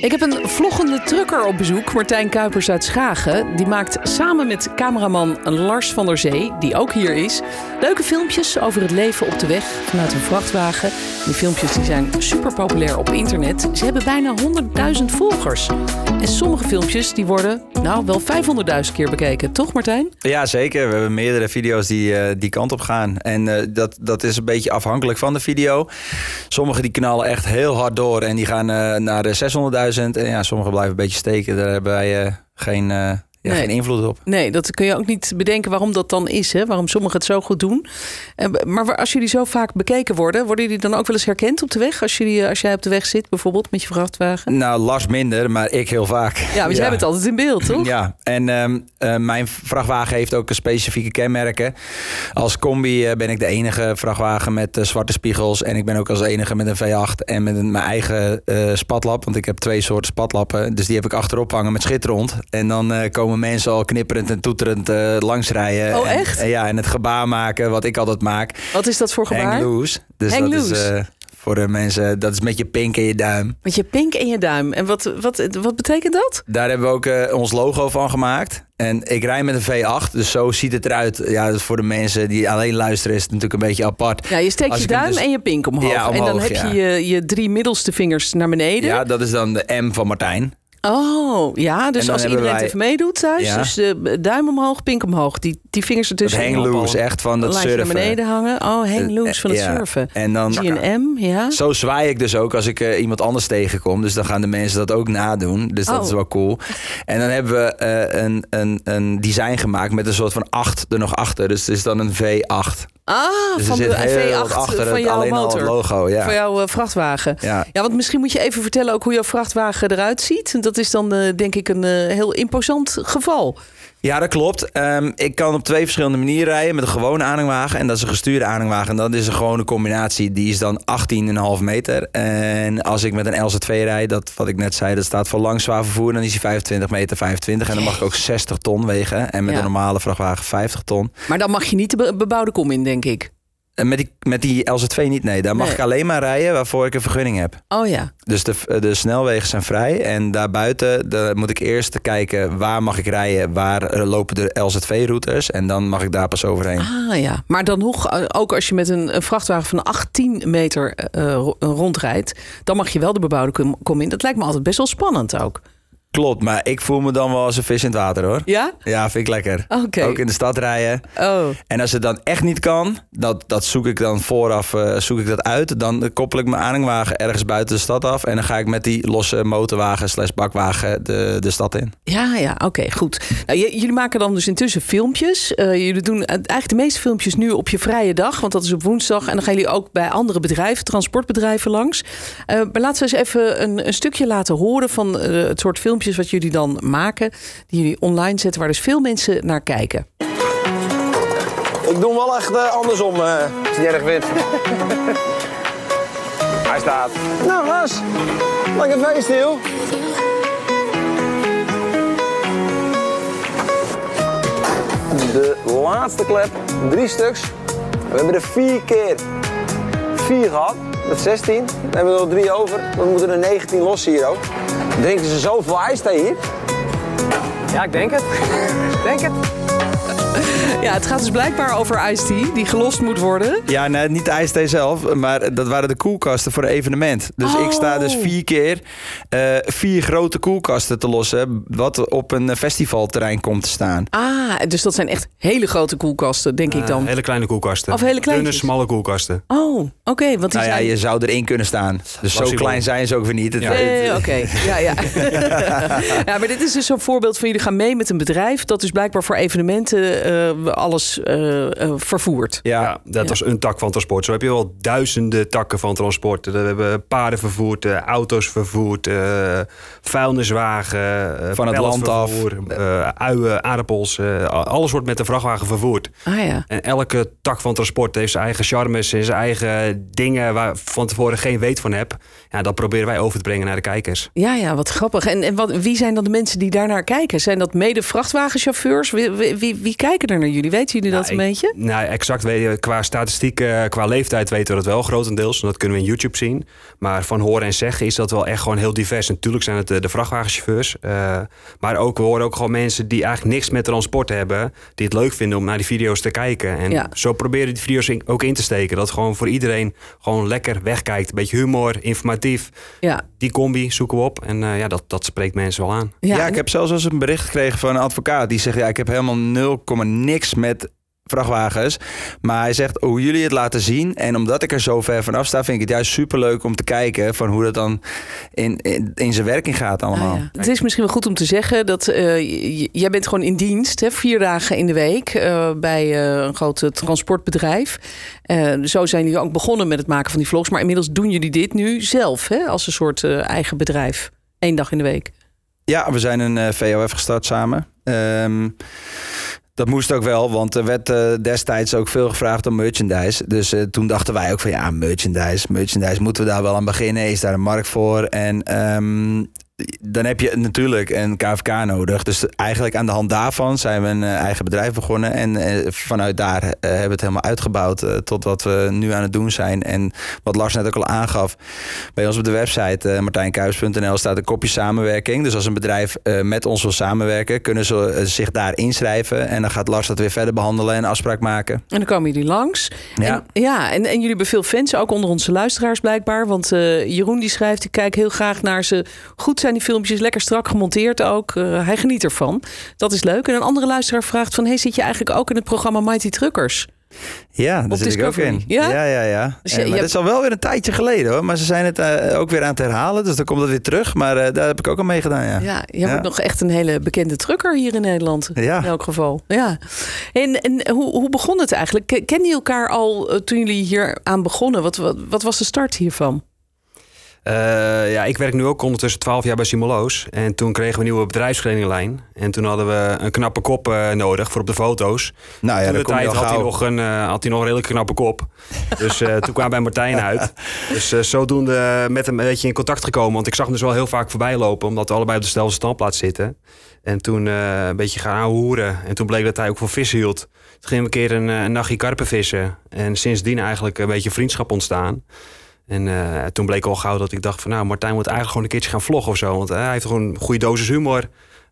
Ik heb een vloggende trucker op bezoek, Martijn Kuipers uit Schagen. Die maakt samen met cameraman Lars van der Zee, die ook hier is, leuke filmpjes over het leven op de weg vanuit een vrachtwagen. Die filmpjes die zijn super populair op internet. Ze hebben bijna 100.000 volgers. En sommige filmpjes die worden nou wel 500.000 keer bekeken, toch Martijn? Ja, zeker. We hebben meerdere video's die eh, die kant op gaan. En eh, dat, dat is een beetje afhankelijk van de video. Sommige die knallen echt heel hard door en die gaan eh, naar de 600.000. En ja, sommige blijven een beetje steken. Daar hebben wij eh, geen, eh, ja, Nee. geen invloed op. Nee, dat kun je ook niet bedenken waarom dat dan is, hè? waarom sommigen het zo goed doen. Eh, Maar wa- als jullie zo vaak bekeken worden, worden jullie dan ook wel eens herkend op de weg? Als, jullie, eh, als jij op de weg zit, bijvoorbeeld met je vrachtwagen? Nou, Lars minder, maar ik heel vaak. Ja, want jij bent altijd in beeld, toch? Ja, en ehm, eh, mijn vrachtwagen heeft ook specifieke kenmerken. Als combi eh, ben ik de enige vrachtwagen met eh, zwarte spiegels. En ik ben ook als enige met een V8 en met een, mijn eigen eh, spatlap. Want ik heb twee soorten spatlappen. Dus die heb ik achterop hangen met schitterend. En dan eh, komen mensen al knipperend en toeterend eh langsrijden. Oh, En- echt? en ja, en het gebaar maken wat ik altijd maak. Wat is dat voor Hang gebaar? loose. Dus Hang dat is loose. eh, voor de mensen, dat is met je pink en je duim. Met je pink en je duim. En wat, wat, wat betekent dat? Daar hebben we ook eh, ons logo van gemaakt. En ik rij met een V8, dus zo ziet het eruit. Ja, dat is voor de mensen die alleen luisteren is het natuurlijk een beetje apart. Ja, je steekt Als je ik hem duim dus- en je pink omhoog. Ja, en dan omhoog, heb ja. je, je je drie middelste vingers naar beneden. Ja, dat is dan de M van Dus Martijn. Oh, ja. Dus dan als hebben iedereen wij- even meedoet thuis. Ja. Dus de duim omhoog, pink omhoog. Die, die vingers Dat ertussen. hang Op al loose, een echt van dat lijntje surfen. Eh, naar beneden hangen. Oh, hang loose van het Ja. surfen. En dan, Zie je een M, ja. zo zwaai ik dus ook als ik eh, iemand anders tegenkom. Dus dan gaan de mensen dat ook nadoen. Dus dat Oh. is wel cool. En dan hebben we eh, een, een, een design gemaakt met een soort van 8 er nog achter. Dus het is dan een V8. Ah, Dus van er de zit heel wat V8 achter van het, jouw alleen al motor. het logo. Ja. Van jouw eh, vrachtwagen. Ja. Ja, want misschien moet je even vertellen ook hoe jouw vrachtwagen eruit ziet. Dat is dan eh, denk ik een eh, heel imposant geval. Ja, dat klopt. Ehm, ik kan op twee verschillende manieren rijden. Met een gewone aanhangwagen en dat is een gestuurde aanhangwagen. En dat is een gewone combinatie. Die is dan 18,5 meter. En als ik met een LZV rijd, dat wat ik net zei, dat staat voor lang zwaar vervoer. Dan is die 25 meter 25. En dan mag ik ook 60 ton wegen. En met Ja. een normale vrachtwagen 50 ton. Maar dan mag je niet de be- bebouwde kom in, denk ik. En met die, met die LZV niet, nee. Daar mag Nee. ik alleen maar rijden waarvoor ik een vergunning heb. Oh ja. Dus de, de snelwegen zijn vrij. En daarbuiten daar moet ik eerst kijken waar mag ik rijden. Waar eh, lopen de LZV-routes. En dan mag ik daar pas overheen. Ah ja. Maar dan nog, eh, ook als je met een, een vrachtwagen van 18 meter eh, ro- rondrijdt... dan mag je wel de bebouwde kom- kom in. Dat lijkt me altijd best wel spannend ook. Klopt, maar ik voel me dan wel als een vis in het water hoor. Ja? Ja, vind ik lekker. Oké. Ook in de stad rijden. Oh. En als het dan echt niet kan, dat, dat zoek ik dan vooraf eh, zoek ik dat uit. Dan koppel ik mijn aanhangwagen ergens buiten de stad af. En dan ga ik met die losse motorwagen slash bakwagen de, de stad in. Ja, ja, oké, goed. Nou, j- jullie maken dan dus intussen filmpjes. Eh, jullie doen eh, eigenlijk de meeste filmpjes nu op je vrije dag, want dat is op woensdag. En dan gaan jullie ook bij andere bedrijven, transportbedrijven langs. Eh, maar laten we eens even een, een stukje laten horen van eh, het soort filmpjes wat jullie dan maken. Die jullie online zetten, waar dus veel mensen naar kijken. Ik doe hem wel echt eh, andersom. eh. Is niet erg wit. Hij staat. Nou, Lars. Lekker feesten, joh. De laatste klep. Drie stuks. We hebben er vier keer vier gehad. Dat is 16. Dan hebben we er nog drie over. Dan moeten er 19 los hier ook. Drinken ze zoveel ijsthee hier? Ja, ik denk het. denk het. Ja, het gaat dus blijkbaar over Ice-T, die gelost moet worden. Ja, nee, niet de ijsthee zelf, maar dat waren de koelkasten voor een evenement. Dus ik sta dus Oh. vier keer eh, vier grote koelkasten te lossen. Wat op een festivalterrein komt te staan. Ah, dus dat zijn echt hele grote koelkasten, denk ik Ah, dan. Eh, Hele kleine koelkasten. Of hele kleintjes. Dunne, smalle koelkasten. Oh, oké, want die Nou ja, zijn... je zou erin kunnen staan. Dus zo Flexibel. klein zijn ze ook weer niet. Het- Ja. Nee, Eh, oké. Ja, ja. ja, maar dit is dus zo'n voorbeeld van jullie gaan mee met een bedrijf dat dus blijkbaar voor evenementen eh, alles eh, eh, vervoert. Ja. Ja, dat was een tak van transport. Zo heb je wel duizenden takken van transport. Eh, We hebben paarden vervoerd, eh, auto's vervoerd, eh, vuilniswagen. eh, Van het land af. pelletvervoer, eh, uien, aardappels. eh, alles wordt met de vrachtwagen vervoerd. Ah ja. En elke tak van transport heeft zijn eigen charmes en zijn eigen dingen waar van tevoren geen weet van heb. Ja, dat proberen wij over te brengen naar de kijkers. Ja, ja, wat grappig. En, en wat, wie zijn dan de mensen die daarnaar kijken? Zijn dat mede vrachtwagenchauffeurs? Wie, wie, wie, wie kijken er naar jullie? Weten jullie dat Nou, een ik- beetje? Nou, exact weten qua statistiek, eh, qua leeftijd weten we dat wel grotendeels. En dat kunnen we in YouTube zien. Maar van horen en zeggen is dat wel echt gewoon heel divers. En Natuurlijk zijn het eh, de vrachtwagenchauffeurs. eh, maar ook, we horen ook gewoon mensen die eigenlijk niks met transport hebben. Die het leuk vinden om naar die video's te kijken. En Ja. zo proberen die video's in- ook in te steken. Dat gewoon voor iedereen gewoon lekker wegkijkt. Een beetje humor, informatief. Ja. Die combi zoeken we op. En eh, ja, dat, dat spreekt mensen wel aan. Ja, en- ik heb zelfs eens een bericht gekregen van een advocaat. Die zegt, ja, ik heb helemaal 0, niks met vrachtwagens. Maar hij zegt, hoe jullie het laten zien... en omdat ik er zo ver vanaf sta... vind ik het juist superleuk om te kijken... van hoe dat dan in, in, in zijn werking gaat allemaal. Ah, ja. Het is misschien wel goed om te zeggen dat eh, j- j- jij bent gewoon in dienst, hè, vier dagen in de week eh, bij eh, een groot eh, transportbedrijf. Eh, zo zijn jullie ook begonnen met het maken van die vlogs, maar inmiddels doen jullie dit nu zelf, hè, als een soort eh, eigen bedrijf, Eén dag in de week. Ja, we zijn een eh, VOF gestart samen. Ehm, dat moest ook wel, want er werd eh, destijds ook veel gevraagd om merchandise. Dus eh, toen dachten wij ook van ja, merchandise, merchandise, moeten we daar wel aan beginnen? Is daar een markt voor? En ehm, dan heb je natuurlijk een KVK nodig. Dus eigenlijk aan de hand daarvan zijn we een eh, eigen bedrijf begonnen. En eh, vanuit daar eh, hebben we het helemaal uitgebouwd eh, tot wat we nu aan het doen zijn. En wat Lars net ook al aangaf, bij ons op de website eh martijnkuijs.nl staat een kopje samenwerking. Dus als een bedrijf eh, met ons wil samenwerken, kunnen ze eh, zich daar inschrijven. En dan gaat Lars dat weer verder behandelen en afspraak maken. En dan komen jullie langs. Ja. En, ja, en, en jullie hebben veel fans, ook onder onze luisteraars blijkbaar. Want eh, Jeroen die schrijft, ik kijk heel graag naar ze. Goed zijn die filmpjes, lekker strak gemonteerd ook. Eh, hij geniet ervan. Dat is leuk. En een andere luisteraar vraagt van, hey, zit je eigenlijk ook in het programma Mighty Truckers? Ja, daar Op zit ik ook Discovery. in. Ja? ja, ja. ja. Dus Eh, je- maar je dat is al wel weer een tijdje geleden hoor. Maar ze zijn het eh, ook weer aan het herhalen. Dus dan komt dat weer terug. Maar eh, daar heb ik ook al mee gedaan. Ja. Ja, jij wordt nog echt een hele bekende trucker hier in Nederland. Ja. In elk geval. Ja. En, en hoe, hoe begon het eigenlijk? Ken- Kenden jullie elkaar al eh, toen jullie hier aan begonnen? Wat, wat, wat was de start hiervan? Eh, ja, ik werk nu ook ondertussen 12 jaar bij Simoloos. En toen kregen we een nieuwe bedrijfskledinglijn. En toen hadden we een knappe kop eh, nodig voor op de foto's. Nou ja, toen dan de kom je tijd al had hij, gauw. nog een, eh, had hij nog een redelijk knappe kop. Dus eh, toen kwam bij Martijn uit. Dus eh, zodoende eh, met hem een beetje in contact gekomen. Want ik zag hem dus wel heel vaak voorbij lopen. Omdat we allebei op dezelfde standplaats zitten. En toen eh, een beetje gaan hoeren. En toen bleek dat hij ook voor vissen hield. Toen gingen we een keer een, eh, een nachtje karpen vissen. En sindsdien eigenlijk een beetje vriendschap ontstaan. En eh, toen bleek al gauw dat ik dacht van... nou, Martijn moet eigenlijk gewoon een keertje gaan vloggen of zo. Want eh, hij heeft gewoon een goede dosis humor.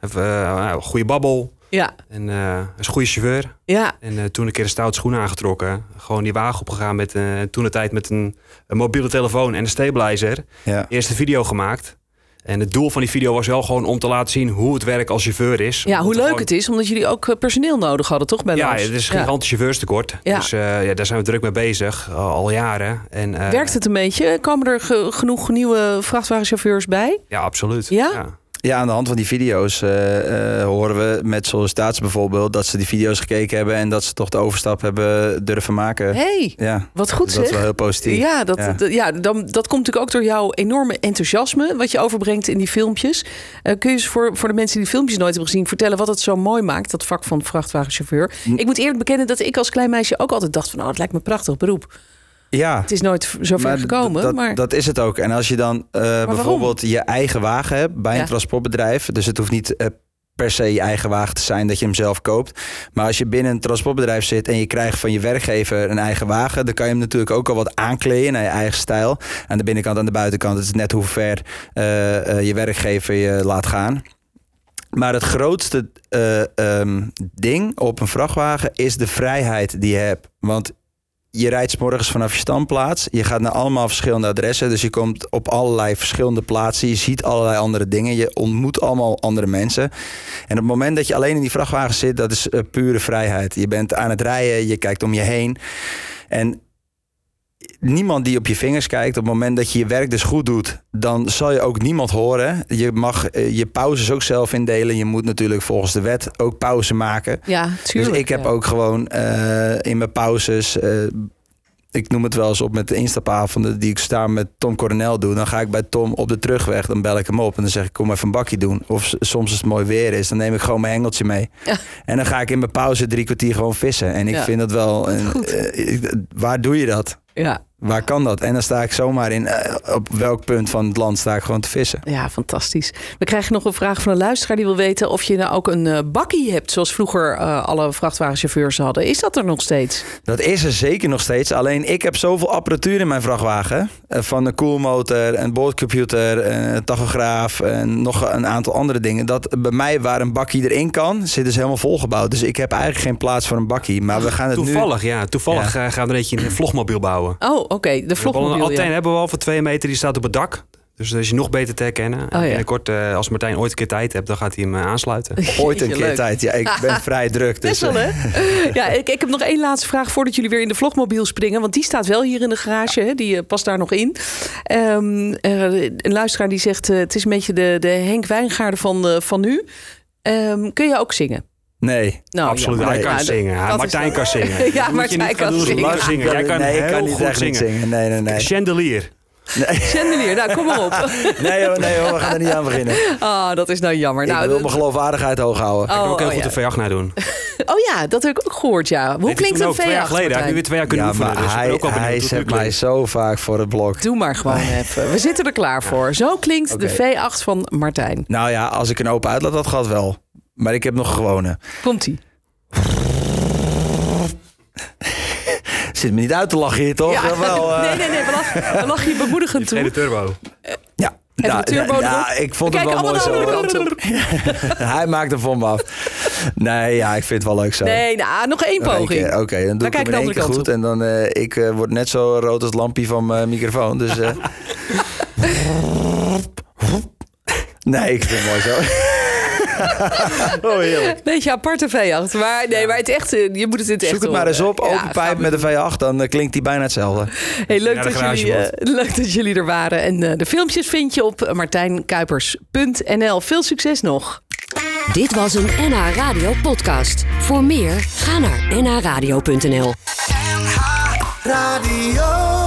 Heeft, eh, een goede babbel. Ja, En eh, is een goede chauffeur. ja. En eh, toen een keer een stout schoen aangetrokken. Gewoon die wagen opgegaan met eh, toen de tijd met een, een mobiele telefoon en een stabilizer. Ja. Eerste video gemaakt. En het doel van die video was wel gewoon om te laten zien hoe het werk als chauffeur is. ja hoe Omdat leuk er het is, omdat jullie ook eh, personeel nodig hadden, toch? Bij Ja, Lars? het is Ja. een gigantisch chauffeurstekort. Ja. Dus eh, ja, daar zijn we druk mee bezig, al- al jaren. En, eh, Werkt het een beetje? Komen er ge- genoeg nieuwe vrachtwagenchauffeurs bij? Ja, absoluut. Ja? Ja, aan de hand van die video's eh, eh, horen we met sollicitaties bijvoorbeeld dat ze die video's gekeken hebben en dat ze toch de overstap hebben durven maken. hey, Ja, wat goed dus dat is wel zeg. heel positief. Ja, dat, Ja. dat- ja dan, dat komt natuurlijk ook door jouw enorme enthousiasme... wat je overbrengt in die filmpjes. Eh, kun je eens voor, voor de mensen die die filmpjes nooit hebben gezien... vertellen wat het zo mooi maakt, dat vak van vrachtwagenchauffeur? Hm. Ik moet eerlijk bekennen dat ik als klein meisje ook altijd dacht... van, oh, het lijkt me een prachtig beroep. ja. Het is nooit v- zo ver Maar gekomen, dat, maar... dat is het ook. En als je dan eh, bijvoorbeeld je eigen wagen hebt bij Ja. een transportbedrijf, dus het hoeft niet eh, per se je eigen wagen te zijn dat je hem zelf koopt. Maar als je binnen een transportbedrijf zit en je krijgt van je werkgever een eigen wagen, dan kan je hem natuurlijk ook al wat aankleden naar je eigen stijl. Aan de binnenkant, aan de buitenkant, het is net hoe ver eh, eh, je werkgever je laat gaan. Maar het grootste eh, ehm, ding op een vrachtwagen is de vrijheid die je hebt. Want je rijdt 's morgens vanaf je standplaats. Je gaat naar allemaal verschillende adressen. Dus je komt op allerlei verschillende plaatsen. Je ziet allerlei andere dingen. Je ontmoet allemaal andere mensen. En op het moment dat je alleen in die vrachtwagen zit, dat is eh, pure vrijheid. Je bent aan het rijden, je kijkt om je heen. En niemand die op je vingers kijkt, op het moment dat je je werk dus goed doet, dan zal je ook niemand horen. Je mag eh, je pauzes ook zelf indelen. Je moet natuurlijk volgens de wet ook pauze maken. ja, tuurlijk. Dus ik heb ja. ook gewoon eh, in mijn pauzes. eh, ik noem het wel eens op met de instapavonden die ik samen met Tom Coronel doe. Dan ga ik bij Tom op de terugweg, dan bel ik hem op en dan zeg ik kom even een bakje doen. Of s- soms als het mooi weer is, dan neem ik gewoon mijn hengeltje mee. Ja. En dan ga ik in mijn pauze drie kwartier gewoon vissen. En ik Ja. vind dat wel... Een, Goed. eh, ik- waar doe je dat? Ja, Waar kan dat? En dan sta ik zomaar in, eh, op welk punt van het land sta ik gewoon te vissen. Ja, fantastisch. We krijgen nog een vraag van een luisteraar die wil weten of je nou ook een eh, bakkie hebt, zoals vroeger eh, alle vrachtwagenchauffeurs hadden. Is dat er nog steeds? Dat is er zeker nog steeds. Alleen ik heb zoveel apparatuur in mijn vrachtwagen. Eh, Van een koelmotor, een boordcomputer, een tachograaf en nog een aantal andere dingen. Dat bij mij waar een bakkie erin kan, zit dus helemaal volgebouwd. Dus ik heb eigenlijk geen plaats voor een bakkie. Maar we gaan het Eh, nu... Ah, Toevallig, ja. Toevallig Ja. eh, gaan we een beetje een vlogmobiel bouwen. Oh, oké, de We hebben al een vlogmobiel. antenne ja. hebben we al van twee meter, die staat op het dak. Dus dat is je nog beter te herkennen. En Oh, ja. Binnenkort, eh, als Martijn ooit een keer tijd hebt, dan gaat hij hem eh, aansluiten. Ooit Jeetje, een keer leuk. tijd. Ja, ik ben vrij druk. Dus, Best wel, eh, hè? ja, ik, ik heb nog één laatste vraag voordat jullie weer in de vlogmobiel springen. Want die staat wel hier in de garage. Hè? Die eh, past daar nog in. Ehm, eh, een luisteraar die zegt... eh, het is een beetje de, de Henk Wijngaarden van, eh, van nu. Ehm, kun je ook zingen? Nee. Nou, Absoluut, ja, hij maar- kan ja, zingen. dat Hij- is Martijn dan- kan zingen. Ja, Moet je Martijn niet gaan kan doen als een zingen. lars zingen. Jij kan nee, ik heel kan niet goed echt niet zingen. zingen. Nee, nee, nee. Chandelier. Chandelier, nou kom maar op. Nee hoor, nee hoor, we gaan er niet aan beginnen. Ah, dat is nou jammer. nou, ik wil dat- mijn geloofwaardigheid hoog houden. Ik kan ook heel oh, goed ja. de Vajag naar doen. Oh ja, dat heb ik ook gehoord, ja. Hoe klinkt een ook twee jaar V8? geleden. Hij heeft nu weer Martijn? twee jaar kunnen ja, oefenen. maar dus ik ben hij, ook al hij benieuwd hoe het nu zet mij klinkt. zo vaak voor het blok. Doe maar gewoon even. We zitten er klaar voor. Zo klinkt Oké. de V8 van Martijn. Nou ja, als ik een open uitlaat, dat gaat wel. Maar ik heb nog een gewone. Komt-ie. Zit me niet uit te lachen hier, toch? Ja, wel, eh. nee, nee, nee. We lachen, we lachen je bemoedigend Geen de toe. turbo. ja. Even Nou, de turbo nou, erop. ja, ik vond het Kijk, wel allemaal mooi de zo. andere hoor. kant op. Hij maakt er voor me af. Nee, ja, ik vind het wel leuk zo. Nee, nou, nog één Nog één keer. poging. Oké, dan Dan doe kijk ik de hem in één andere keer kant goed. op. En dan eh ik eh, word net zo rood als het lampje van mijn microfoon. Dus. eh. nee, ik vind het mooi zo. Oh, heerlijk. Beetje aparte V8. Maar nee, maar het echt, eh, je moet het in het echt Zoek het maar eens horen. op. Ja, Open gaan pijp we met een V8, dan eh, klinkt die bijna hetzelfde. Hey, leuk, Naar de dat jullie, eh, leuk dat jullie er waren. En eh, de filmpjes vind je op martijnkuipers.nl. Veel succes nog. Dit was een NH Radio podcast. Voor meer, ga naar nhradio.nl. NH Radio.